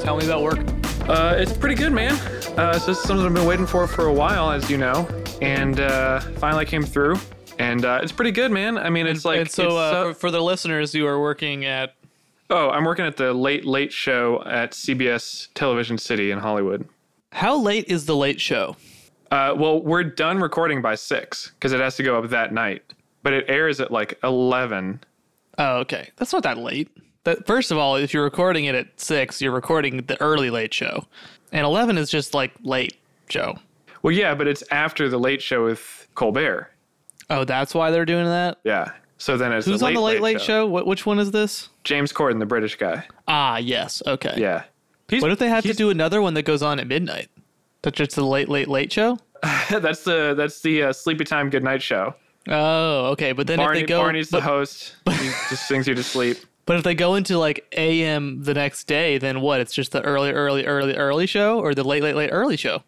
Tell me about work. Uh, it's pretty good, man. Uh, it's just something I've been waiting for for a while, as you know, and uh, finally came through. And uh, it's pretty good, man. I mean, it's like and so, it's, uh, uh, for, for the listeners who are working at, oh, I'm working at the late late show at CBS Television City in Hollywood. how late is the late show? Uh, well, we're done recording by six because it has to go up that night, but it airs at like eleven. Oh, okay, that's not that late. That, first of all, if you're recording it at six, you're recording the early late show, and eleven is just like late show. Well, yeah, but it's after the late show with Colbert. Oh, that's why they're doing that. Yeah. So then it's Who's on the late late, show? What which one is this? James Corden, the British guy. Ah, yes, okay. Yeah. He's- What if they have to he's- do another one that goes on at midnight? That's just the late late late show. that's the that's the uh, sleepy time good night show. Oh, okay. But then Barney, if they go, Barney's the but, host. he just sings you to sleep. but if they go into like a.m. the next day, then what? It's just the early, early, early, early show, or the late, late, late, early show.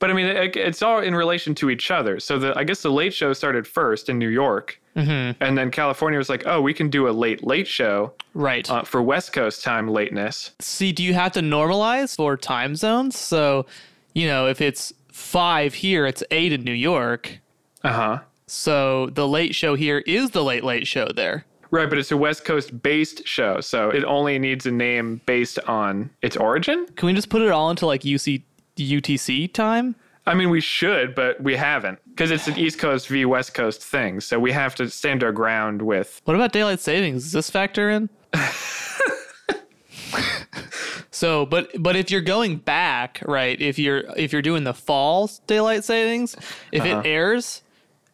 But I mean, it, it's all in relation to each other. So the I guess the late show started first in New York, Mm-hmm. and then California was like, oh, we can do a late late show Right. uh, for West Coast time lateness. See, do you have to normalize for time zones? So, you know, if it's five here, it's eight in New York. Uh huh. So the late show here is the late, late show there. Right, but it's a West Coast based show, so it only needs a name based on its origin. Can we just put it all into like UC UTC time? I mean, we should, but we haven't because it's an East Coast v West Coast thing. So we have to stand our ground with What about daylight savings? Does this factor in? so, but but if you're going back, right? If you're if you're doing the fall daylight savings, if Uh-huh. it airs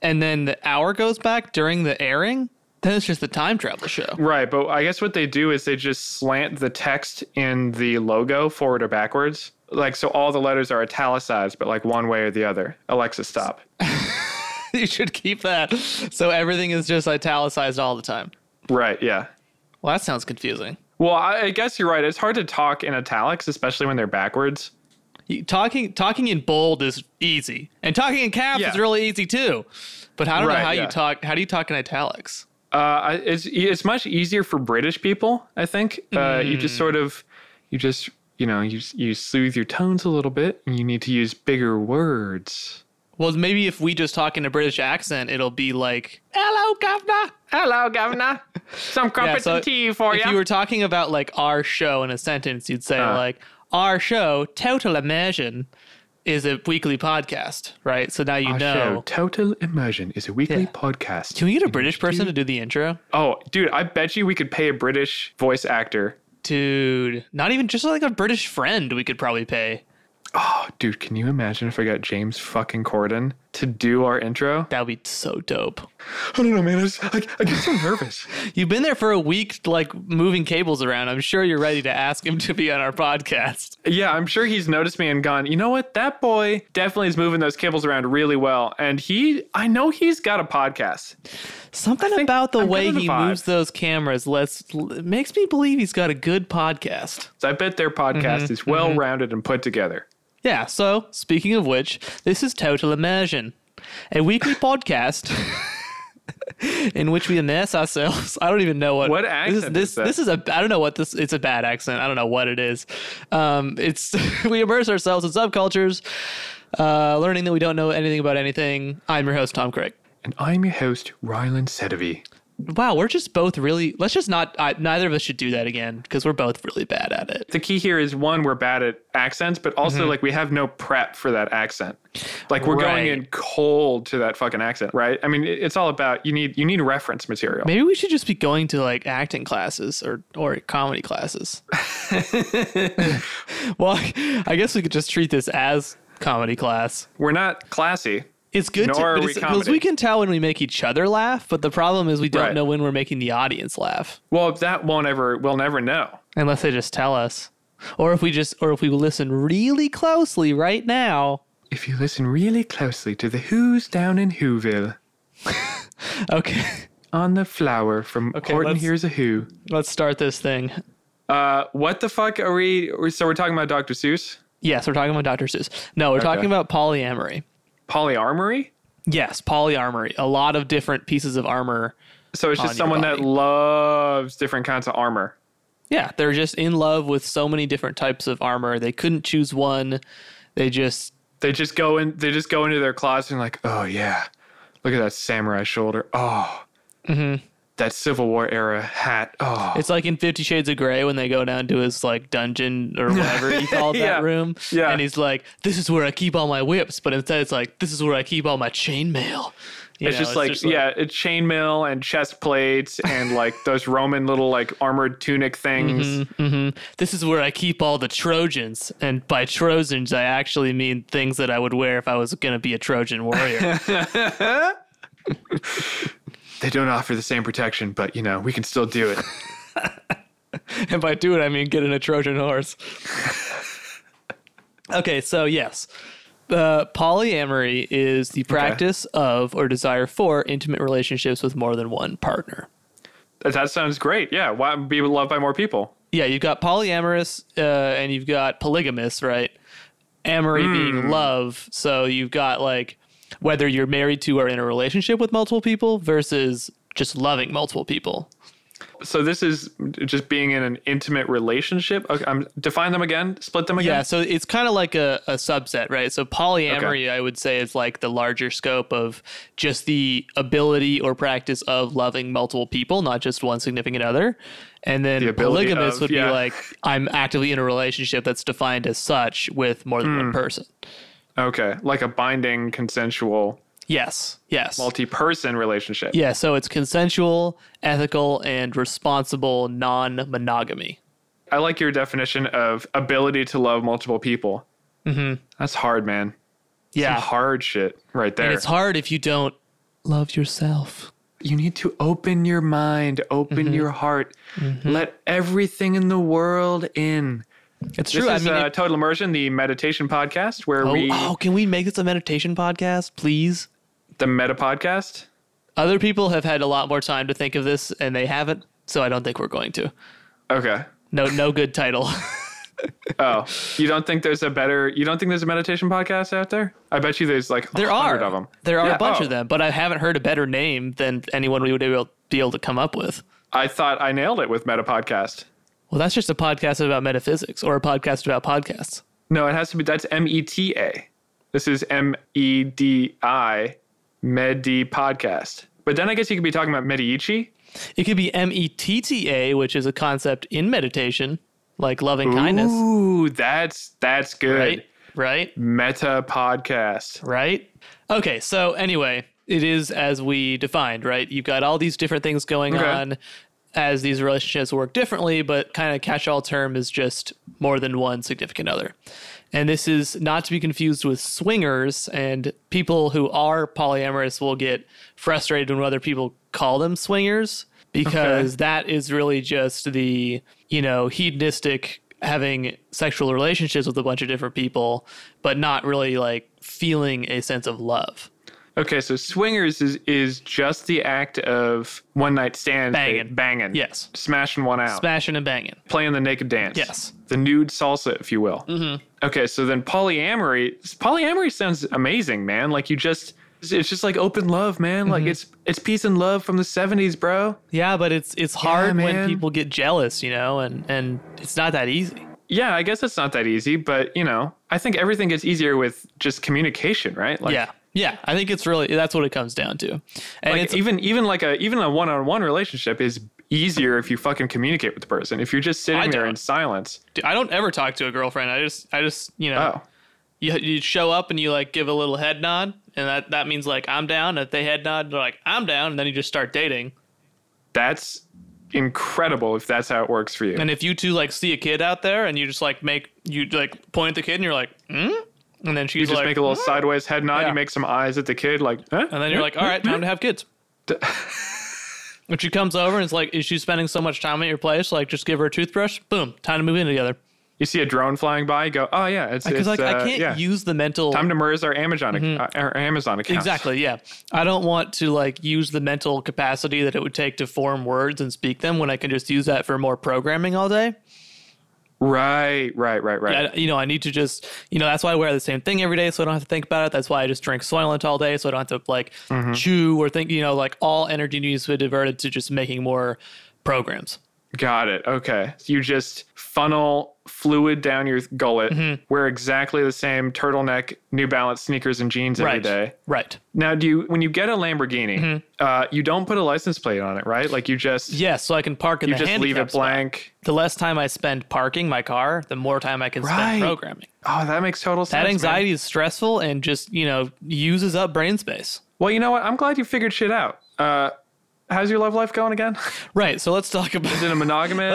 and then the hour goes back during the airing, then it's just the time travel show. Right, but I guess what they do is they just slant the text in the logo forward or backwards. Like so all the letters are italicized, but like one way or the other. Alexa stop. you should keep that. So everything is just italicized all the time. Right, yeah. Well, that sounds confusing. Well, I, I guess you're right. It's hard to talk in italics, especially when they're backwards. You- Talking talking in bold is easy, and talking in caps Yeah. is really easy too. But I don't Right, know how yeah. you talk. How do you talk in italics? Uh, I- it's it's much easier for British people, I think. Uh, You just Mm. sort of, you just you know you you soothe your tones a little bit, and you need to use bigger words. Well, maybe if we just talk in a British accent, it'll be like, Eh, "Hello, governor." Hello, governor. Some Yeah, crumpets so and tea for if ya. you were talking about like our show in a sentence, you'd Uh. say like, "Our show, Total Immersion, is a weekly podcast, right?" So now you Our know. show, Total Immersion, is a weekly Yeah. podcast. Can we get a British person to do the intro, oh, dude, I bet you we could pay a British voice actor. dude? Not even just like a British friend, we could probably pay. Oh, dude, can you imagine if I got James fucking Corden to do our intro? That would be so dope. I don't know, man. I, just, I, I get so nervous. You've been there for a week, like moving cables around. I'm sure you're ready to ask him to be on our podcast. yeah, I'm sure he's noticed me and gone, you know what? That boy definitely is moving those cables around really well. And he, I know he's got a podcast. Something think about the I'm way gonna he vibe. moves those cameras lets l- makes me believe he's got a good podcast. So I bet their podcast Mm-hmm. is well rounded and put together. Yeah, so speaking of which, this is Total Immersion, a weekly podcast in which we immerse ourselves. I don't even know what What this accent This is that? this is a I don't know what this it's a bad accent. I don't know what it is. Um, it's we immerse ourselves in subcultures, uh, learning that we don't know anything about anything. I'm your host Tom Craig. And I'm your host, Ryland Sedevey. Wow, we're just both really. Let's just not. I, neither of us should do that again because we're both really bad at it. the key here is one we're bad at accents but also Mm-hmm. like we have no prep for that accent like we're going Right. in cold to that fucking accent right i mean it- it's all about you need you need reference material Maybe we should just be going to like acting classes or or comedy classes. well, I guess we could just treat this as comedy class. we're not classy It's good Nor are we because comedy. we can tell when we make each other laugh, but the problem is we don't Right. know when we're making the audience laugh well that won't ever we'll never know unless they just tell us. Or if we just or if we listen really closely right now. if you listen really closely to the who's down in whoville Okay. on the flower from Okay, horton let's- here's a who Let's start this thing. uh what the fuck are we so we're talking about dr seuss Yes, we're talking about Dr. Seuss. No, we're talking about polyamory. polyarmory Yes, polyarmory. A lot of different pieces of armor. so it's On your just someone that body. loves different kinds of armor Yeah, they're just in love with so many different types of armor. They couldn't choose one. They just They just go in. They just go into their closet and like, oh yeah, look at that samurai shoulder. Oh, that Civil War era hat. Oh, it's like in 50 Shades of Grey when they go down to his like dungeon or whatever he called Yeah. that room Yeah. and he's like this is where I keep all my whips, but instead it's like this is where I keep all my chainmail. You it's know, just like yeah, it's chainmail and chest plates and like those Roman little like armored tunic things. This is where I keep all the Trojans. And by Trojans, I actually mean things that I would wear if I was going to be a Trojan warrior. They don't offer the same protection, but you know we can still do it. and by do it, I mean get in a Trojan horse. okay, so yes. Uh, polyamory is the practice of or desire for intimate relationships with more than one partner. that, that sounds great. Yeah, why be loved by more people? Yeah, you've got polyamorous uh, and you've got polygamous, right? Amory being love. So you've got like whether you're married to or in a relationship with multiple people versus just loving multiple people. So this is just being in an intimate relationship. Okay, I'm define them again. Split them again. Yeah, so it's kind of like a, a subset, right? So polyamory, I would say, is like the larger scope of just the ability or practice of loving multiple people, not just one significant other. And then The ability polygamous of, would yeah. be like, I'm actively in a relationship that's defined as such with more than Hmm. one person. Okay, like a binding, consensual, Yes, yes. multi-person relationship. yeah, so it's consensual, ethical, and responsible non monogamy. I like your definition of ability to love multiple people. Mm-hmm. That's hard, man. Some Yeah. hard shit right there. And it's hard if you don't love yourself. you need to open your mind, open your heart, let everything in the world in. It's This true. I is mean, uh, it- Total Immersion, the meditation podcast, where oh, we oh, can we make this a meditation podcast, please? the meta podcast. Other people have had a lot more time to think of this and they haven't, so I don't think we're going to. Okay. No, no good title. Oh, you don't think there's a better? You don't think there's a meditation podcast out there? I bet you there's like There a are hundred of them. There are Yeah, a bunch oh, of them, but I haven't heard a better name than anyone we would be able, be able to come up with. I thought I nailed it with meta podcast. Well, that's just a podcast about metaphysics or a podcast about podcasts. No, it has to be. That's M E T A. This is M E D I, Medi podcast. But then I guess you could be talking about Medici. It could be M E T T A, which is a concept in meditation, like loving kindness, Ooh, that's that's good. right? Right? Meta podcast. Right? Okay, so anyway, it is as we defined, right? You've got all these different things going Okay. on as these relationships work differently, but kind of catch all term is just more than one significant other. And this is not to be confused with swingers, and people who are polyamorous will get frustrated when other people call them swingers because that is really just the, you know, hedonistic having sexual relationships with a bunch of different people, but not really like feeling a sense of love. Okay, so swingers is is just the act of one night stands, Banging. banging, Yes. smashing one out, Smashing and banging. playing the naked dance, Yes. the nude salsa, if you will. Mm-hmm. Okay, so then polyamory. Polyamory sounds amazing, man. Like you just, it's just like open love, man. Like Mm-hmm. it's it's peace and love from the '70s, bro. Yeah, but it's it's hard man. when people get jealous, you know, and and it's not that easy. Yeah, I guess it's not that easy, but you know, I think everything gets easier with just communication, right? Like, yeah. Yeah, I think it's really that's what it comes down to. And Like e- it's even even like a even a one-on-one relationship is easier if you fucking communicate with the person. If you're just sitting I there in don't. silence. I don't ever talk to a girlfriend. I just I just, you know, Oh. you you show up and you like give a little head nod and that that means like I'm down, if they head nod, they're like I'm down, and then you just start dating. That's incredible if that's how it works for you. And if you two like see a kid out there and you just like make you like point at the kid and you're like, hmm? And then she's you just like, make a little sideways head nod, Yeah. you make some eyes at the kid like, huh? Hmm? and then you're like, all right, time to have kids. and she comes over and it's like, is she spending so much time at your place? Like, just give her a toothbrush. Boom, time to move in together. You see a drone flying by, you go, "Oh yeah, it's Because it's, like uh, I can't yeah. use Mm-hmm. the mental Time to merge our Amazon ac- uh, our Amazon account. exactly. Yeah, I don't want to like use the mental capacity that it would take to form words and speak them when I can just use that for more programming all day. Right, right, right, right. I, you know, I need to just, you know, that's why I wear the same thing every day, so I don't have to think about it. That's why I just drink Soylent all day, so I don't have to like Mm-hmm. chew or think. You know, like all energy needs to be diverted to just making more programs. Got it. Okay. So you just funnel fluid down your gullet, Mm-hmm. wear exactly the same turtleneck, New Balance sneakers and jeans every Right. day. Right. Now, do you when you get a Lamborghini, Mm-hmm. uh, you don't put a license plate on it, right? Like you just Yes. so I can park in you the just leave handicap it spot. blank. The less time I spend parking my car, the more time I can Right. spend programming. Oh, that makes total sense. That man. anxiety is stressful and just, you know, uses up brain space. Well, you know what? I'm glad you figured shit out. Uh, how's your love life going again? Right. So let's talk about Is it a monogamous?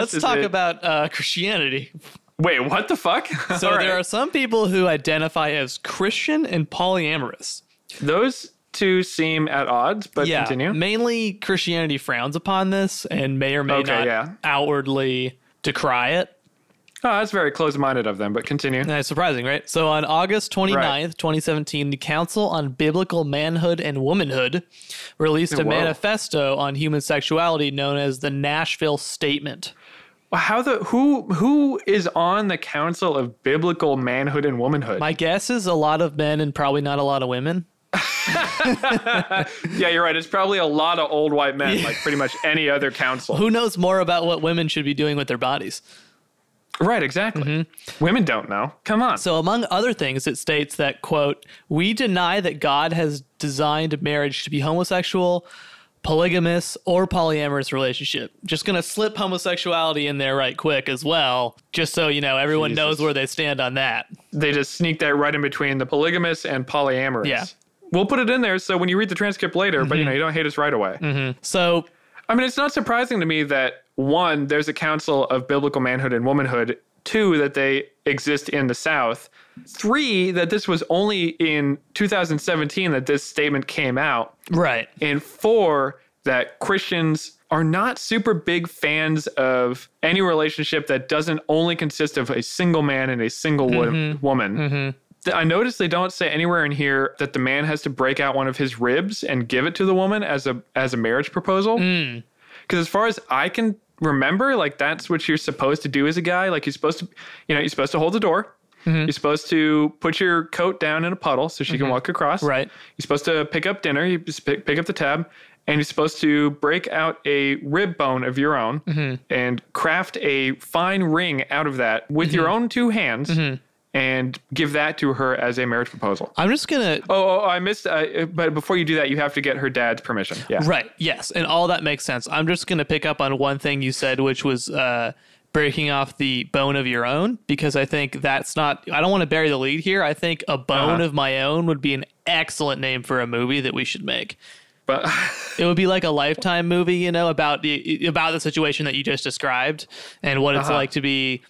let's Is talk it- about uh, Christianity. Wait, what the fuck? So All right. there are some people who identify as Christian and polyamorous. those two seem at odds, but yeah, continue. mainly Christianity frowns upon this and may or may Okay, not yeah. outwardly decry it. Oh, that's very close-minded of them, but continue. That's surprising, right? So on August 29th, 2017, the Council on Biblical Manhood and Womanhood released a Whoa. manifesto on human sexuality known as the Nashville Statement. How the who who is on the council of biblical manhood and womanhood? My guess is a lot of men and probably not a lot of women. yeah, you're right. It's probably a lot of old white men, like pretty much any other council. Who knows more about what women should be doing with their bodies? Right, exactly. Mm-hmm. Women don't know. Come on. So among other things, it states that, quote, we deny that God has designed marriage to be homosexual, polygamous, or polyamorous relationship. Just gonna slip homosexuality in there right quick as well, just so you know everyone Jesus. knows where they stand on that. they just sneak that right in between the polygamous and polyamorous. Yeah. We'll put it in there so when you read the transcript later, but you know, you don't hate us right away. So I mean, it's not surprising to me that one, there's a council of biblical manhood and womanhood, two, that they exist in the South, three, that this was only in 2017 that this statement came out. Right. and four that christians are not super big fans of any relationship that doesn't only consist of a single man and a single wo- woman Th- i notice they don't say anywhere in here that the man has to break out one of his ribs and give it to the woman as a as a marriage proposal because as far as i can remember like that's what you're supposed to do as a guy like you're supposed to you know you're supposed to hold the door Mm-hmm. You're supposed to put your coat down in a puddle so she can walk across. Right. You're supposed to pick up dinner, you just pick, pick up the tab, and you're supposed to break out a rib bone of your own Mm-hmm. and craft a fine ring out of that with Mm-hmm. your own two hands and give that to her as a marriage proposal. I'm just gonna Oh, oh I missed. Uh, but before you do that, you have to get her dad's permission. Yeah. Right. Yes, and all that makes sense. I'm just going to pick up on one thing you said, which was uh, breaking off the bone of your own, because I think that's not. I don't want to bury the lead here. I think a bone Uh-huh. of my own would be an excellent name for a movie that we should make. But It would be like a lifetime movie, you know, about the about the situation that you just described and what Uh-huh. it's like to be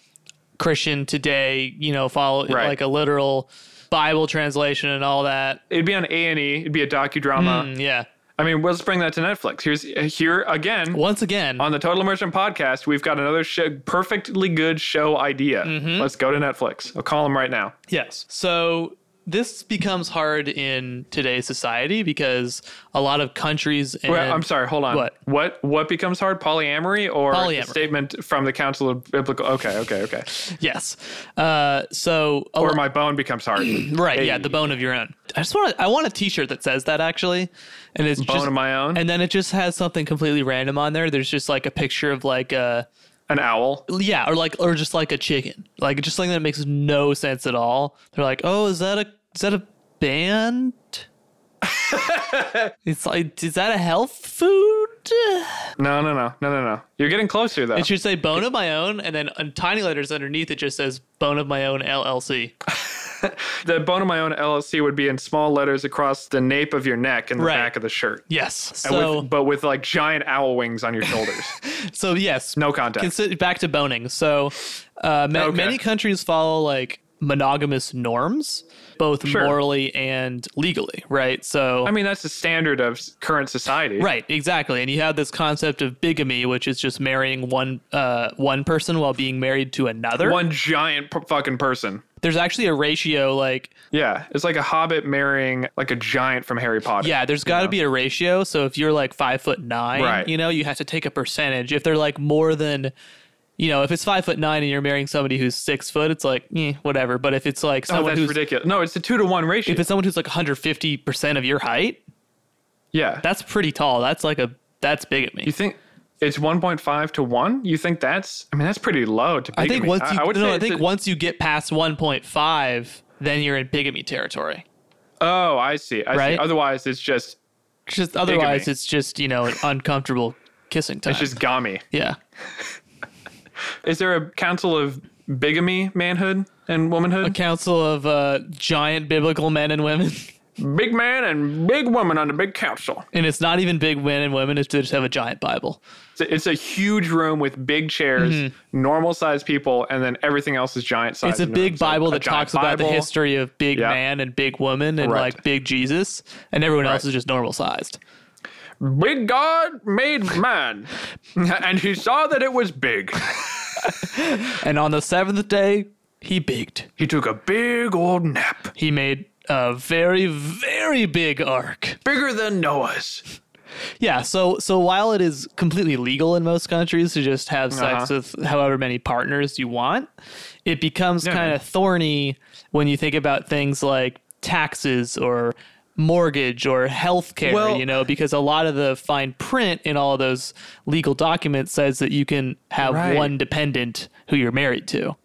Christian today. You know, follow Right. like a literal Bible translation and all that. it'd be on A and E. It'd be a docudrama. Mm, yeah. I mean, let's bring that to Netflix. Here's here again. Once again, on the Total Immersion podcast, we've got another sh- perfectly good show idea. Mm-hmm. Let's go to Netflix. I'll call them right now. Yes. So this becomes hard in today's society because a lot of countries and Wait, I'm sorry. Hold on. What? What? What becomes hard? Polyamory or the Polyamory. statement from the Council of Biblical? Okay. Okay. Okay. yes. Uh, so a or lo- my bone becomes hard. bone right, yeah, the bone of your own. I just want to, I want a T-shirt that says that actually, and it's just of my own. and then it just has something completely random on there. There's just like a picture of like a An owl. yeah, or like or just like a chicken, like just something that makes no sense at all. They're like, oh, is that a is that a band? it's like, is that a health food? No. No. No. No. No. No. You're getting closer though. It should say bone of my own, and then in tiny letters underneath it just says bone of my own LLC. the bone of my own LLC would be in small letters across the nape of your neck and the Right. back of the shirt. Yes. And So, with, but with like giant owl wings on your shoulders. so yes. No contact. Consider, back to boning. So, uh, ma- Okay. many countries follow like monogamous norms, both Sure. morally and legally, right? So, I mean, that's the standard of s- current society. right, exactly. And you have this concept of bigamy, which is just marrying one uh, one person while being married to another. One giant p- fucking person. There's actually a ratio like Yeah, it's like a hobbit marrying like a giant from Harry Potter. Yeah, there's got to be a ratio. So if you're like five foot nine, Right. you know, you have to take a percentage. If they're like more than, you know, if it's five foot nine and you're marrying somebody who's six foot, it's like eh, whatever. But if it's like oh, someone that's who's ridiculous. No, it's a two to one ratio. if it's someone who's like 150 percent of your height, yeah, that's pretty tall. That's like a that's big at me. you think it's 1.5 to 1 you think that's i mean that's pretty low to I bigamy. think once you, i, would no, say I it's think a- once you get past 1.5, then you're in bigamy territory. oh i see i see Right? otherwise it's just Just otherwise, Bigamy. it's just you know an uncomfortable kissing time. it's just gami yeah. is there a council of bigamy manhood and womanhood A council of uh, giant biblical men and women, big man and big woman on the big council and it's not even big men and women; it's they just have a giant Bible. it's a, it's a huge room with big chairs normal sized people and then everything else is giant size It's a and big rooms. So Bible Mm-hmm. a that giant talks about the Bible. history of big Yeah. man and big woman and Correct. like big Jesus, and everyone else Right. is just normal sized. big god made man and he saw that it was big And on the seventh day, he bigged. he took a big old nap He made a very, very big ark. bigger than noah's Yeah, so so while it is completely legal in most countries to just have sex Uh-huh. with however many partners you want, it becomes Yeah. kind of thorny when you think about things like taxes or mortgage or health care, Well- you know, because a lot of the fine print in all of those legal documents says that you can have Right. one dependent who you're married to.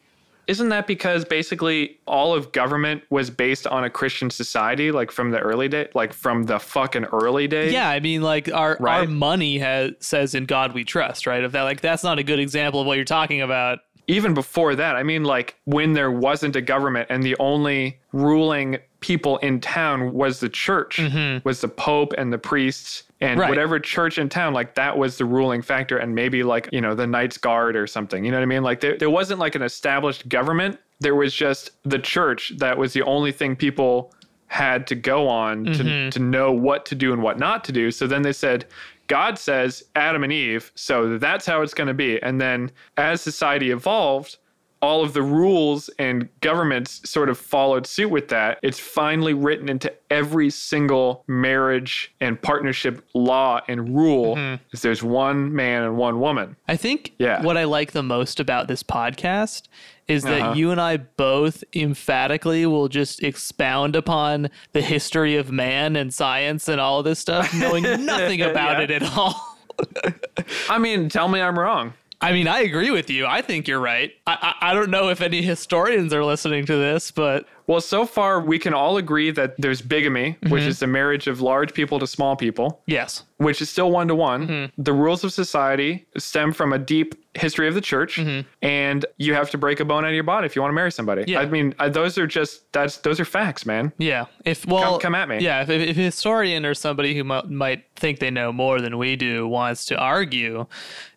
Isn't that because basically all of government was based on a Christian society, like from the early day, like from the fucking early days? Yeah, I mean, like our our Right. money has says "In God We Trust," right? Of that, like that's not a good example of what you're talking about. Even before that, I mean, like when there wasn't a government and the only ruling people in town was the church, was the pope and the priests and Right. whatever church in town, like that was the ruling factor. And maybe like, you know, the Knights Guard or something. You know what I mean? Like there, there wasn't like an established government. There was just the church that was the only thing people had to go on to, to know what to do and what not to do. So then they said, God says Adam and Eve, so that's how it's going to be. And then as society evolved, all of the rules and governments sort of followed suit with that. It's finally written into every single marriage and partnership law and rule is there's one man and one woman. I think Yeah. what I like the most about this podcast is Uh-huh. that you and I both emphatically will just expound upon the history of man and science and all this stuff, knowing nothing about Yeah. it at all. I mean, tell me I'm wrong. I mean, I agree with you. I think you're right. I, I, I don't know if any historians are listening to this, but Well, so far we can all agree that there's bigamy, which is the marriage of large people to small people. yes. which is still one to one. The rules of society stem from a deep history of the church, and you have to break a bone out of your body if you want to marry somebody. Yeah. I mean, I, those are just that's those are facts, man. Yeah. If well, come at me. Yeah. If, if, if a historian or somebody who might, might think they know more than we do wants to argue,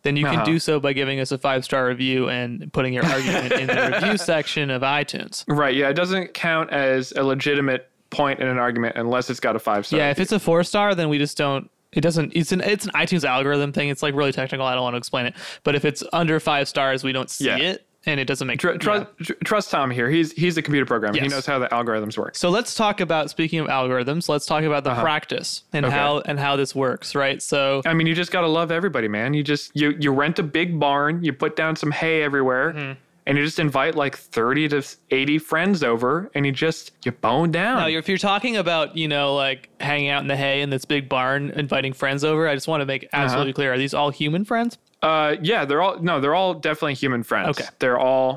then you can Uh-huh. do so by giving us a five star review and putting your argument in the review section of iTunes. Right? Yeah, it doesn't count as a legitimate point in an argument unless it's got a five star. Yeah. If it's a four star, then we just don't. It doesn't. It's an it's an iTunes algorithm thing. It's like really technical. I don't want to explain it. But if it's under five stars, we don't see Yeah. it, and it doesn't make Tr- yeah. trust, tr- trust Tom here. He's he's a computer programmer. He Yes. knows how the algorithms work. So let's talk about speaking of algorithms. Let's talk about the Uh-huh. practice and how and how this works, right? So I mean, you just gotta love everybody, man. You just you you rent a big barn, you put down some hay everywhere, Mm-hmm. and you just invite like thirty to eighty friends over, and you just you bone down. No, Oh, you're- if you're talking about, you know, like hanging out in the hay in this big barn, inviting friends over, I just want to make Uh-huh. absolutely clear: are these all human friends? Uh, yeah, they're all no, they're all definitely human friends. Okay. they're all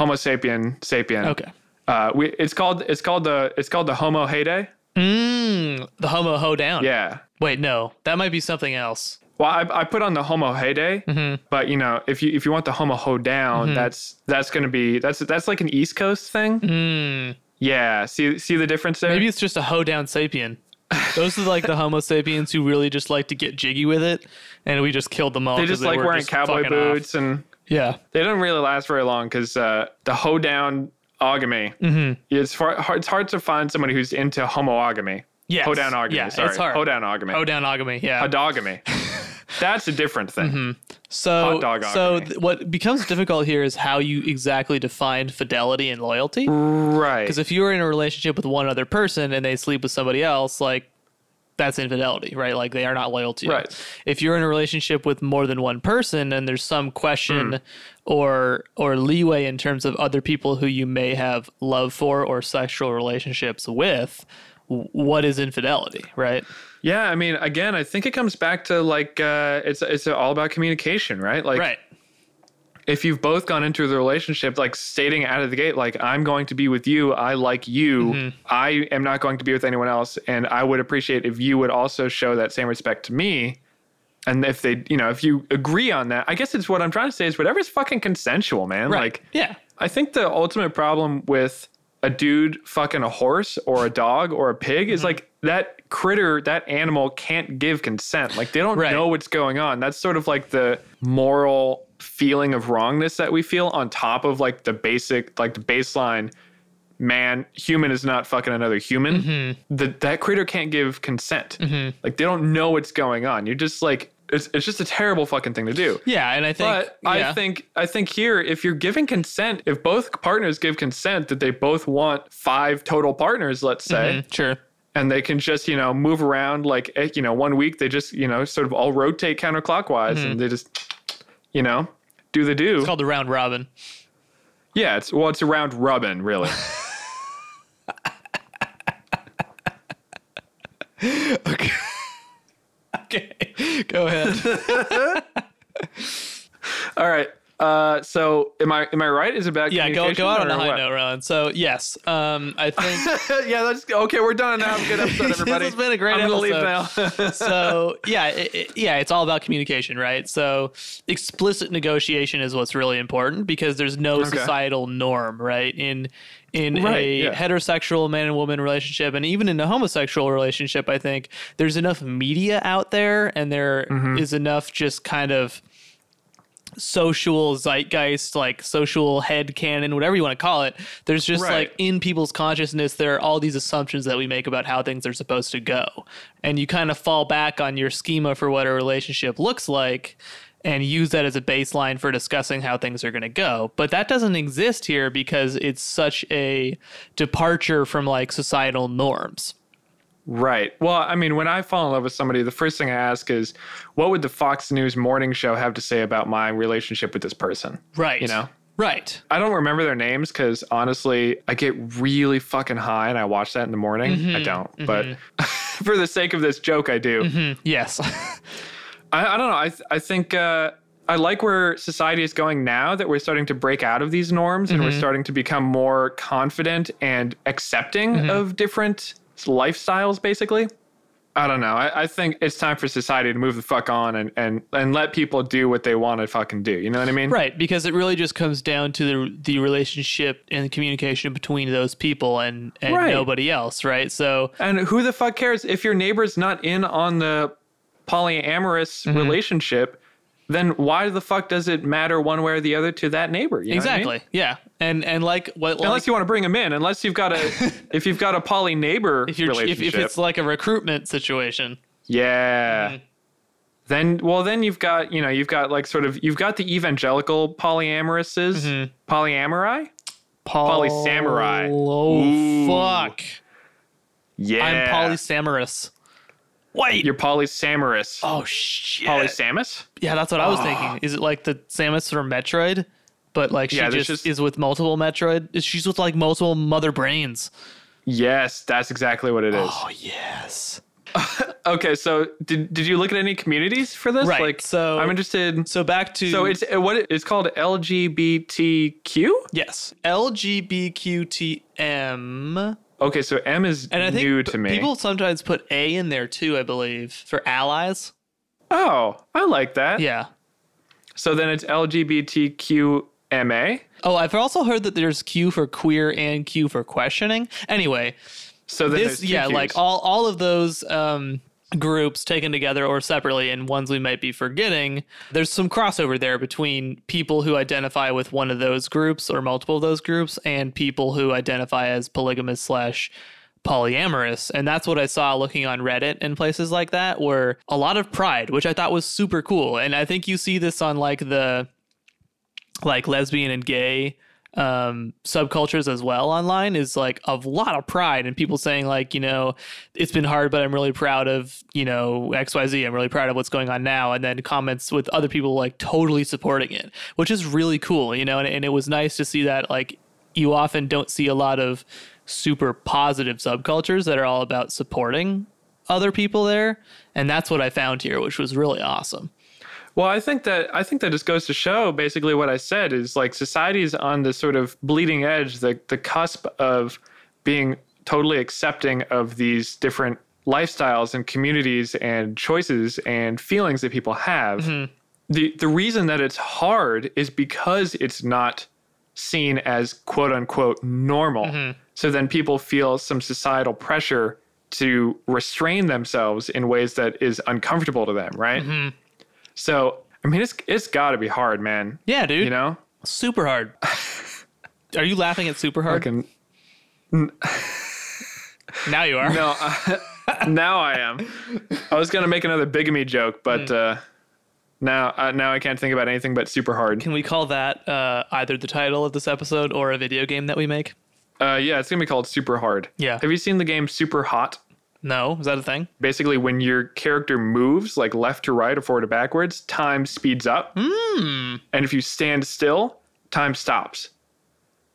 Homo sapien sapien. Okay. Uh, we it's called it's called the it's called the Homo heyday. Mm, the homo ho down. Hmm, Yeah. Wait, no, that might be something else. Well, I, I put on the Homo heyday, but you know, if you if you want the Homo ho down, that's that's gonna be that's that's like an East Coast thing. Mm. Yeah. See see the difference there. Maybe it's just a ho down sapien. Those are like the Homo sapiens who really just like to get jiggy with it, and we just killed them all. they 'cause just like were wearing just cowboy fucking off. boots and Yeah, they don't really last very long because uh, the hoedown ogamy it's far, hard, it's hard to find somebody who's into homogamy Yes. hoedown ogamy Yeah, it's sorry hard. hoedown ogamy ho down agamy. Yeah, hodogamy that's a different thing so hot dog so agony. th- what becomes difficult here is how you exactly define fidelity and loyalty. right Because if you were in a relationship with one other person and they sleep with somebody else, like that's infidelity, right? Like they are not loyal to you. Right. If you're in a relationship with more than one person and there's some question Hmm. or or leeway in terms of other people who you may have love for or sexual relationships with, w- what is infidelity, right? Yeah, I mean, again, I think it comes back to like uh, it's it's all about communication, right? Like, right. if you've both gone into the relationship like stating out of the gate, like I'm going to be with you, I like you, Mm-hmm. I am not going to be with anyone else, and I would appreciate if you would also show that same respect to me. And if they, you know, if you agree on that, I guess it's what I'm trying to say is whatever's fucking consensual, man. Right. Like, yeah. I think the ultimate problem with a dude fucking a horse or a dog or a pig is like that critter, that animal can't give consent. Like they don't Right. know what's going on. That's sort of like the moral feeling of wrongness that we feel on top of like the basic, like the baseline man, human is not fucking another human. That that critter can't give consent. Like they don't know what's going on. You're just like, it's, it's just a terrible fucking thing to do. Yeah, and I think But yeah. I think I think here, if you're giving consent, if both partners give consent that they both want five total partners, let's say, Mm, sure. and they can just you know move around like eh, you know one week they just you know sort of all rotate counterclockwise and they just you know do the do. Mm-hmm. It's called the round robin. yeah, it's well, it's around rubbing really. Okay. Go ahead. all right. Uh, so am I am I right? Is it about Yeah, go go out on a communication high or note, Ron. So yes, um, I think what? yeah, that's okay. We're done now. Have a good episode, This has everybody. been a great I'm gonna episode. leave now. so. Yeah, it, it- yeah, it's all about communication, right? So explicit negotiation is what's really important because there's no societal norm, right? In in Right, a yeah. heterosexual man and woman relationship, and even in a homosexual relationship, I think there's enough media out there, and there is Mm-hmm. enough just kind of social zeitgeist, like social head canon, whatever you want to call it. There's just Right. like in people's consciousness, there are all these assumptions that we make about how things are supposed to go. And you kind of fall back on your schema for what a relationship looks like and use that as a baseline for discussing how things are going to go. But that doesn't exist here because it's such a departure from like societal norms. Right. Well, I mean, when I fall in love with somebody, the first thing I ask is, what would the Fox News morning show have to say about my relationship with this person? Right. You know? Right. I don't remember their names because honestly, I get really fucking high and I watch that in the morning. I don't, but for the sake of this joke, I do. Yes. I, I don't know. I, th- I think uh, I like where society is going now that we're starting to break out of these norms and Mm-hmm. we're starting to become more confident and accepting Mm-hmm. of different lifestyles, basically. I don't know. I, I think it's time for society to move the fuck on and, and, and let people do what they want to fucking do. You know what I mean? Right, because it really just comes down to the the relationship and communication between those people and and Right. nobody else, right? So And who the fuck cares if your neighbor's not in on the polyamorous Mm-hmm. relationship? Then why the fuck does it matter one way or the other to that neighbor? You know what I mean? exactly, yeah, and and like what like, unless you want to bring them in unless you've got a if you've got a poly neighbor if you're if, relationship if it's like Mm-hmm. a recruitment situation, yeah then well then you've got you know you've got like sort of you've got the evangelical polyamorouses Mm-hmm. polyamori poly samurai. Oh Ooh. fuck, yeah I'm poly samurous. Wait, you're polysamorous oh shit, polysamus yeah, that's what I was thinking. Is it like the Samus from Metroid? But like she Ah. Yeah, there's just, just- is with multiple Metroid. She's with like multiple mother brains. yes that's exactly what it is Oh yes. okay so did, did you look at any communities for this Right, like so- i'm interested So back to so it's uh, what it- it's called lgbtq Yes. LGBTQTM. okay so m is And I think new p- to me people sometimes put A in there too, I believe, for allies. oh i like that Yeah. So then it's LGBTQMA. Oh, I've also heard that there's Q for queer and Q for questioning. Anyway, So then this there's two yeah, Qs. like all all of those um groups taken together or separately and ones we might be forgetting, there's some crossover there between people who identify with one of those groups or multiple of those groups and people who identify as polygamous slash polyamorous. And that's what I saw looking on Reddit and places like that were a lot of pride, which I thought was super cool. And I think you see this on like the like lesbian and gay um subcultures as well online is like a lot of pride and people saying like you know it's been hard but i'm really proud of you know xyz i'm really proud of what's going on now and then comments with other people like totally supporting it which is really cool you know and, and it was nice to see that like you often don't see a lot of super positive subcultures that are all about supporting other people there. And that's what I found here, which was really awesome. Well, I think that I think that just goes to show basically what I said is like society is on the sort of bleeding edge, the the cusp of being totally accepting of these different lifestyles and communities and choices and feelings that people have. Mm-hmm. The the reason that it's hard is because it's not seen as quote unquote normal. Mm-hmm. So then people feel some societal pressure to restrain themselves in ways that is uncomfortable to them, right? Mm-hmm. So I mean, it's it's got to be hard, man. Yeah, dude. You know, super hard. are you laughing at super hard? Fucking- Now you are. no, I- now I am. I was gonna make another bigamy joke, but Mm. uh, now uh, now I can't think about anything but super hard. Can we call that uh, either the title of this episode or a video game that we make? Uh, yeah, it's gonna be called super hard. Yeah. Have you seen the game Super Hot? No, is that a thing? Basically, when your character moves like left to right or forward to backwards, time speeds up, Hmm. and if you stand still, time stops.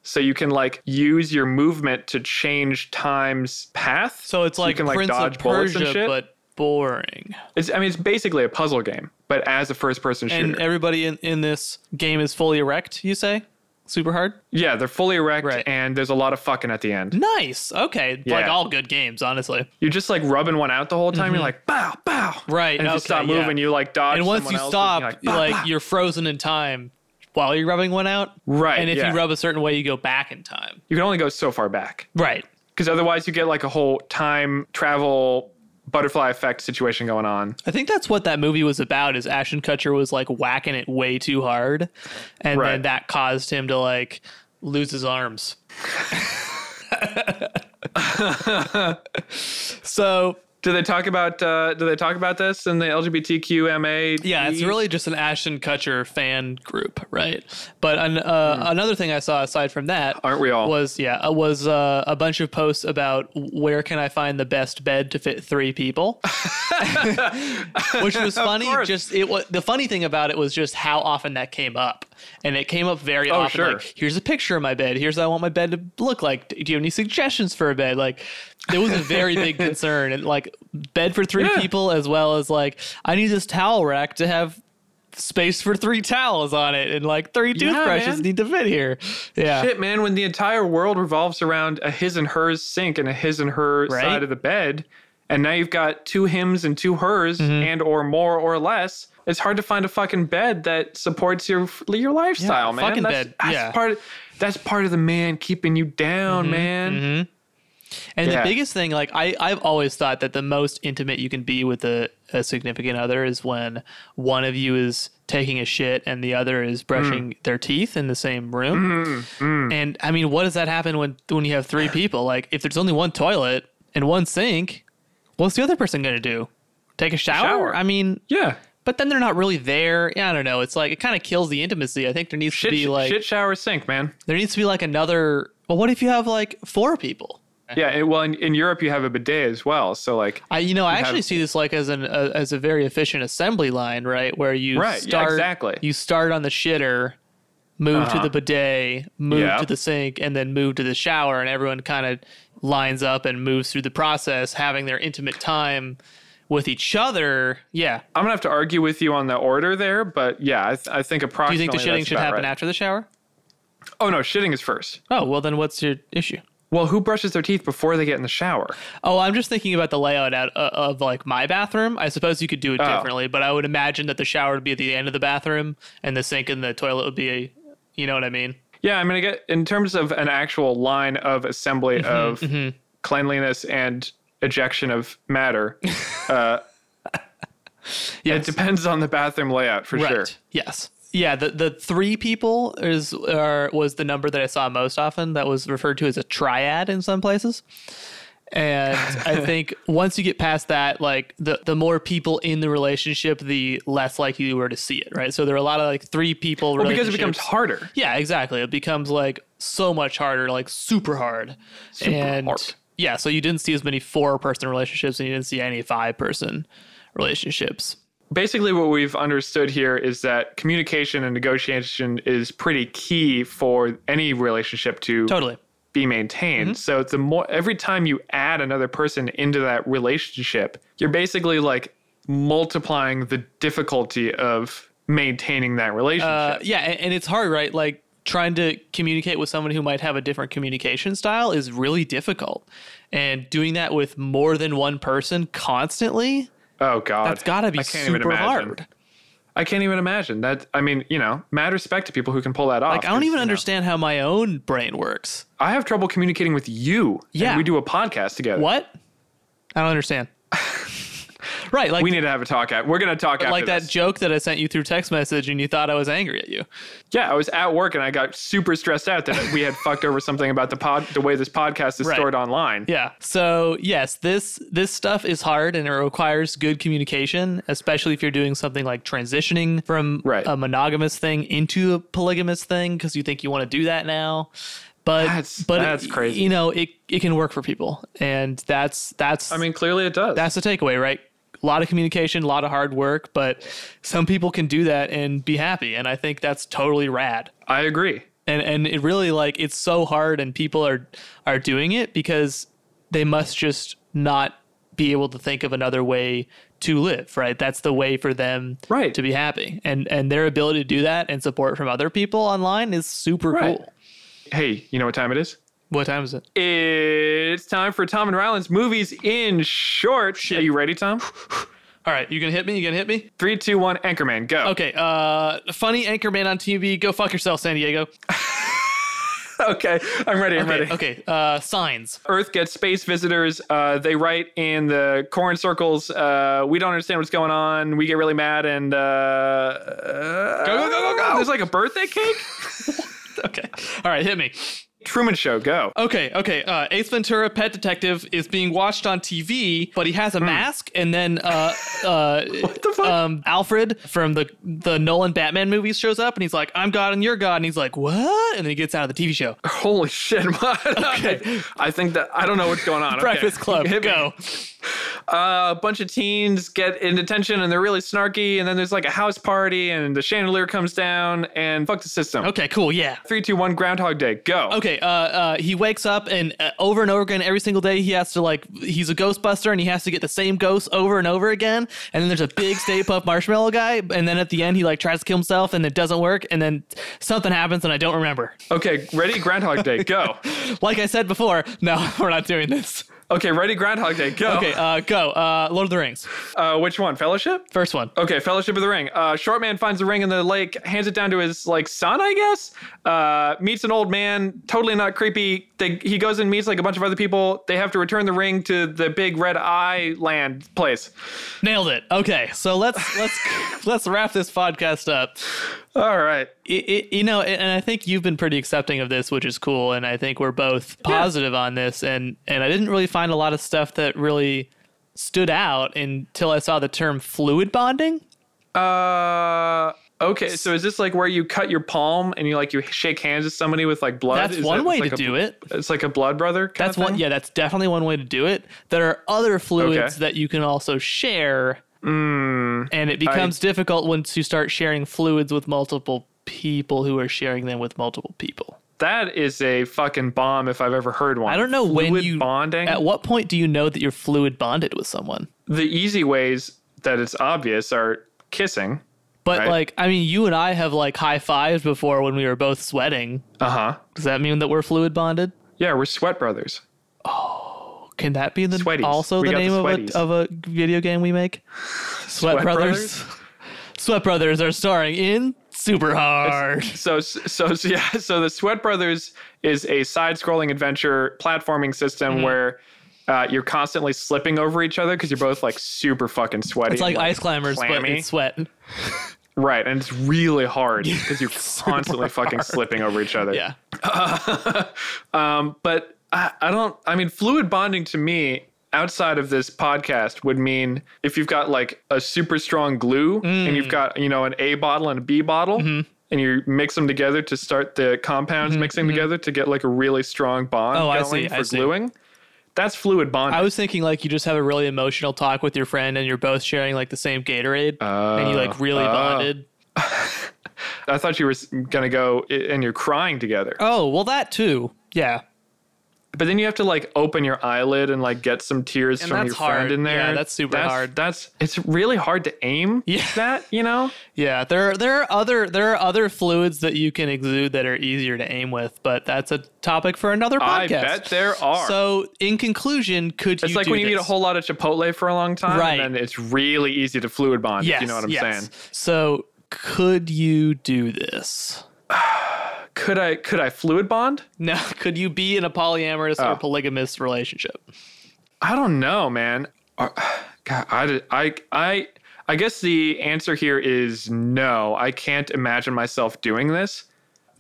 So you can like use your movement to change time's path. So it's like you can like Prince dodge of bullets and Persia, shit. but boring. It's, I mean, it's basically a puzzle game, but as a first-person shooter. And everybody in, in this game is fully erect. You say, super hard. yeah, they're fully erect, Right. and there's a lot of fucking at the end. Nice. Okay, like Yeah. all good games, honestly. You're just like rubbing one out the whole time. You're like bow, bow. Mm-hmm. Right, And if you okay, stop yeah. moving, you like dodge. and once someone you else, stop, you're like, bah, bah. you're frozen in time while you're rubbing one out. Right, And if yeah. you rub a certain way, you go back in time. you can only go so far back Right. because otherwise you get like a whole time travel butterfly effect situation going on. I think that's what that movie was about. Is Ashton Kutcher was like whacking it way too hard, and Right. then that caused him to like lose his arms. so Do they talk about? Uh, do they talk about this in the LGBTQMA? yeah, it's really just an Ashton Kutcher fan group, right? But an, uh, another thing I saw aside from that, Hmm. Aren't we all? Was yeah, uh, was uh, a bunch of posts about where can I find the best bed to fit three people, which was funny. course. Just it was the funny thing about it was just how often that came up, and it came up very often. Oh, sure. Like, here's a picture of my bed. Here's what I want my bed to look like. Do you have any suggestions for a bed? Like, it was a very big concern, and like bed for three Yeah. people as well as like I need this towel rack to have space for three towels on it and like three toothbrushes man. need to fit here. Yeah. Shit, man, when the entire world revolves around a his and hers sink and a his and her Right? side of the bed, and now you've got two hims and two hers Mm-hmm. and or more or less, it's hard to find a fucking bed that supports your your lifestyle, Yeah, man. fucking that's, bed, That's yeah. Mm-hmm, part of, that's part of the man keeping you down, man. And Yeah. the biggest thing, like I, I've always thought that the most intimate you can be with a, a significant other is when one of you is taking a shit and the other Mm. is brushing their teeth in the same room. Mm-hmm. And I mean, what does that happen when when you have three people? Like, if there's only one toilet and one sink, what's the other person gonna do? Take a shower? Shower. I mean, Yeah. but then they're not really there. Yeah, I don't know. It's like it kind of kills the intimacy. I think there needs Shit, to be like shit shower sink, man. there needs to be like another. Well, what if you have like four people? Yeah. and- well, in, in Europe, you have a bidet as well. So, like, I you know I actually have- see this like as an uh, as a very efficient assembly line, right? Where you Right, yeah, start exactly. you start on the shitter, move Uh-huh. to the bidet, move Yeah. to the sink, and then move to the shower, and everyone kind of lines up and moves through the process, having their intimate time with each other. Yeah. I'm gonna have to argue with you on the order there, but yeah, I, th- I think Do approximately. you think the shitting that's should about happen right. after the shower? Oh no, shitting is first. Oh well, then what's your issue? Well, who brushes their teeth before they get in the shower? Oh, I'm just thinking about the layout out uh, of like my bathroom. I suppose you could do it Oh. differently, but I would imagine that the shower would be at the end of the bathroom and the sink and the toilet would be a, you know what I mean? Yeah, I mean, I get in terms of an actual line of assembly Mm-hmm, of cleanliness and ejection of matter. It Yes. depends on the bathroom layout for right. sure. Yes. Yeah, the the three people is are, was the number that I saw most often that was referred to as a triad in some places. And I think once you get past that, like the, the more people in the relationship, the less likely you were to see it, right? So there are a lot of like three people Well, because it becomes relationships. harder. Yeah, exactly. It becomes like so much harder, like super hard. Super hard. Yeah, so you didn't see as many four person relationships and you didn't see any five person relationships. Basically, what we've understood here is that communication and negotiation is pretty key for any relationship to Totally. Mm-hmm. be maintained. So the more every time you add another person into that relationship, you're basically like multiplying the difficulty of maintaining that relationship. Uh, yeah, and, and it's hard, right? Like trying to communicate with someone who might have a different communication style is really difficult. And doing that with more than one person constantly, oh god. that's got to be I can't even super imagine. hard. I can't even imagine that. I mean, you know, mad respect to people who can pull that off. Like I don't 'cause, even you know, understand how my own brain works. I have trouble communicating with you. Yeah. and we do a podcast together. What? I don't understand. right, like We need to have a talk. At, we're gonna talk after like that this. joke that I sent you through text message and you thought I was angry at you. Yeah, I was at work and I got super stressed out that we had fucked over something about the pod, the way this podcast is Right. stored online. Yeah. So, yes, this this stuff is hard and it requires good communication, especially if you're doing something like transitioning from Right. a monogamous thing into a polygamous thing because you think you want to do that now. But That's- but that's crazy. You know, it it can work for people. And that's that's I mean, clearly it does. that's the takeaway, right? A lot of communication, a lot of hard work, but some people can do that and be happy, and I think that's totally rad. I agree. And and it really like it's so hard, and people are are doing it because they must just not be able to think of another way to live, right? That's the way for them Right. to be happy, and and their ability to do that and support from other people online is super Right. cool. Hey, you know what time it is? What time is it? It's time for Tom and Ryland's movies in short. Are you ready, Tom? All right, you gonna hit me? You gonna hit me? Three, two, one. Anchorman, go. Okay. Uh, funny anchorman on TV. Go fuck yourself, San Diego. Okay, I'm ready. I'm Okay, ready. okay. Uh, signs. Earth gets space visitors. Uh, they write in the corn circles. Uh, we don't understand what's going on. We get really mad and uh, go go, go, go, go. There's like a birthday cake. Okay. All right, hit me. Truman Show. Go. Okay, okay. Uh, Ace Ventura, Pet Detective, is being watched on TV, but he has Hmm. a mask, and then uh, uh, what the fuck? Um, Alfred from the the Nolan Batman movies shows up, and he's like, "I'm God and you're God," and he's like, "What?" And then he gets out of the TV show. Holy shit, man. Okay. I think that I don't know what's going on. Okay. Breakfast Club, Hit me. go. Uh, a bunch of teens get in detention and they're really snarky. And then there's like a house party and the chandelier comes down and fuck the system. Okay, cool. Yeah. Three, two, one, Groundhog Day. Go. Okay, uh, uh, he wakes up and uh, over and over again, every single day, he has to like, he's a Ghostbuster and he has to get the same ghost over and over again. And then there's a big Stay Puft Marshmallow guy. And then at the end, he like tries to kill himself and it doesn't work. And then something happens and I don't remember. Okay. Ready? Groundhog Day. Go. Like I said before, no, we're not doing this. okay. Ready? Groundhog Day. Go. Okay, uh, go. Uh, Lord of the Rings. Uh, which one? Fellowship? First one. Okay, Fellowship of the Ring. Uh, short man finds the ring in the lake, hands it down to his like son, I guess. Uh, meets an old man, totally not creepy. They, he goes and meets like a bunch of other people. They have to return the ring to the big red eye land place. Nailed it. Okay, so let's let's let's wrap this podcast up. All right, it, it, you know, and and I think you've been pretty accepting of this, which is cool. And I think we're both positive on this. And and I didn't really find a lot of stuff that really stood out until I saw the term fluid bonding. uh, okay. So is this like where you cut your palm and you like you shake hands with somebody with like blood? That's Oh, Is one that- way like to a- do it. It's like a blood brother. Kind That's of one. thing? Yeah, that's definitely one way to do it. There are other fluids Okay. Mm. that you can also share, and it becomes difficult once you start sharing fluids with multiple people who are sharing them with multiple people. That is a fucking bomb if I've ever heard one. I don't know when Fluid you bonding. At what point do you know that you're fluid bonded with someone? the easy ways that it's obvious are kissing. But Right. like, I mean, you and I have like high fives before when we were both sweating. Uh huh. Does that mean that we're fluid bonded? Yeah, we're sweat brothers. Can that be the Sweaties. also We the got the name sweaties. of a of a video game we make? Sweat, Sweat Brothers. Sweat Brothers are starring in Super Hard. So, so, so yeah. So the Sweat Brothers is a side-scrolling adventure platforming system Mm-hmm. where uh, you're constantly slipping over each other because you're both like super fucking sweaty. It's like and, ice climbers, but clammy. it's sweat. right? And it's really hard because you're constantly fucking slipping over each other. Yeah. Um, but I, I don't. I mean, fluid bonding to me outside of this podcast would mean if you've got like a super strong glue and Mm. you've got you know an A bottle and a B bottle. Mm-hmm. And you mix them together to start the compounds mixing together to get like a really strong bond Mm-hmm. Oh, I going see, for I see. gluing. That's fluid bonding. I was thinking like you just have a really emotional talk with your friend and you're both sharing like the same Gatorade and you Uh, like really bonded. I thought you were s- gonna go i- and you're crying together. Oh, well that too. Yeah. But then you have to like open your eyelid and like get some tears And from that's your hard. friend in there. Yeah, that's super hard. That's it's really hard to aim Yeah. that, you know? Yeah, there are, there are other there are other fluids that you can exude that are easier to aim with, but that's a topic for another podcast. I bet there are. So, in conclusion, could it's you like do when you eat a this? whole lot of Chipotle for a long time, Right. and then it's really easy to fluid bond, if Yes, you know what I'm yes. saying. So, could you do this? Could I could I fluid bond? Now, could you be in a polyamorous Oh. or polygamous relationship? I don't know, man. Uh, God, I, did- I, I, I guess the answer here is no. I can't imagine myself doing this.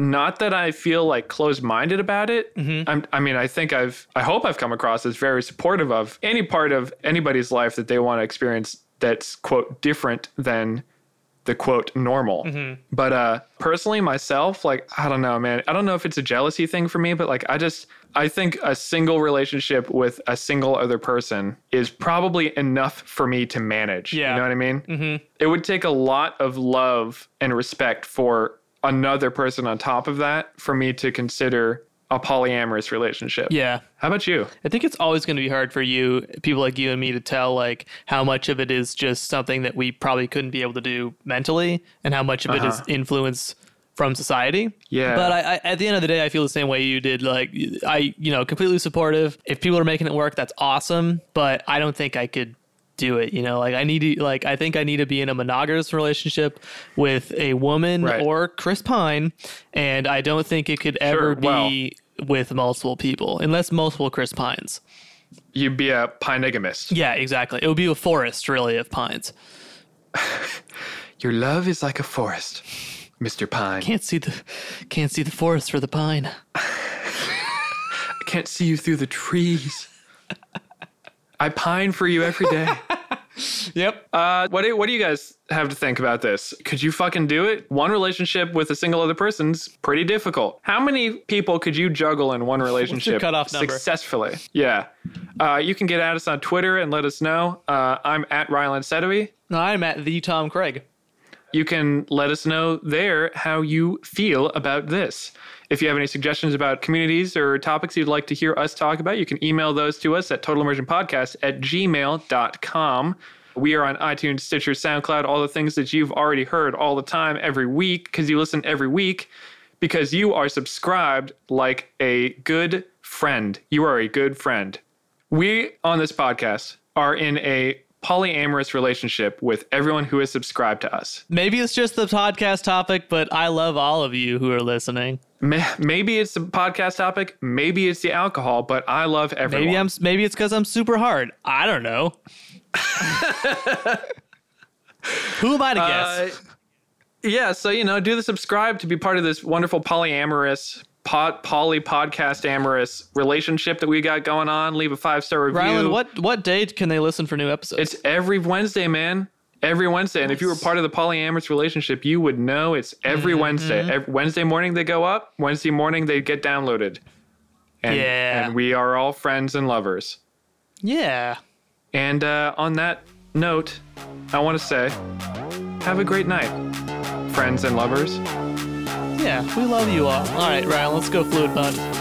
Not that I feel like closed minded about it. I'm, I mean, I think I've, I hope I've come across as very supportive of any part of anybody's life that they want to experience that's, quote, different than the quote normal. But uh personally myself, like I don't know, man. I don't know if it's a jealousy thing for me, but like I just I think a single relationship with a single other person is probably enough for me to manage. Yeah. You know what I mean? Mm-hmm. It would take a lot of love and respect for another person on top of that for me to consider a polyamorous relationship. Yeah. How about you? I think it's always going to be hard for you, people like you and me, to tell like how much of it is just something that we probably couldn't be able to do mentally, and how much of it is influence from society. Uh-huh. Yeah. But I, I, at the end of the day, I feel the same way you did. Like I, you know, completely supportive. If people are making it work, that's awesome. But I don't think I could do it. You know, like I need to, like I think I need to be in a monogamous relationship with a woman Right. or Chris Pine, and I don't think it could ever well- be with multiple people unless multiple Chris Pines. You'd be a pinegamist. Yeah, exactly. It would be a forest, really, of pines. Your love is like a forest, Mr. Pine. Can't see the, can't see the forest for the pine. I can't see you through the trees. I pine for you every day. Yep. Uh, what do, what do you guys have to think about this? Could you fucking do it? One relationship with a single other person's pretty difficult. How many people could you juggle in one relationship cutoff number? successfully? Yeah. Uh, you can get at us on Twitter and let us know. Uh, I'm at Rylan Sedovey. I'm at the Tom Craig. You can let us know there how you feel about this. If you have any suggestions about communities or topics you'd like to hear us talk about, you can email those to us at totalimmersionpodcast at gmail.com. We are on iTunes, Stitcher, SoundCloud, all the things that you've already heard all the time every week because you listen every week because you are subscribed like a good friend. You are a good friend. We on this podcast are in a polyamorous relationship with everyone who is subscribed to us. Maybe it's just the podcast topic, but I love all of you who are listening. Ma- Maybe it's the podcast topic, maybe it's the alcohol, but I love everyone. Maybe I'm. Maybe it's because I'm super hard. I don't know. who am I to guess? Uh, yeah, so you know, do the subscribe to be part of this wonderful polyamorous pot poly podcast amorous relationship that we got going on. Leave a five star review. Rylan, what what date can they listen for new episodes? It's every Wednesday, man. Every Wednesday. And if you were part of the polyamorous relationship, you would know it's every Mm-hmm. Wednesday. Ev- Wednesday morning they go up, Wednesday morning they get downloaded. And, Yeah. and we are all friends and lovers. yeah. And uh, on that note, I want to say have a great night, friends and lovers. Yeah. We love you all. All right, Ryan. Let's go fluid bud.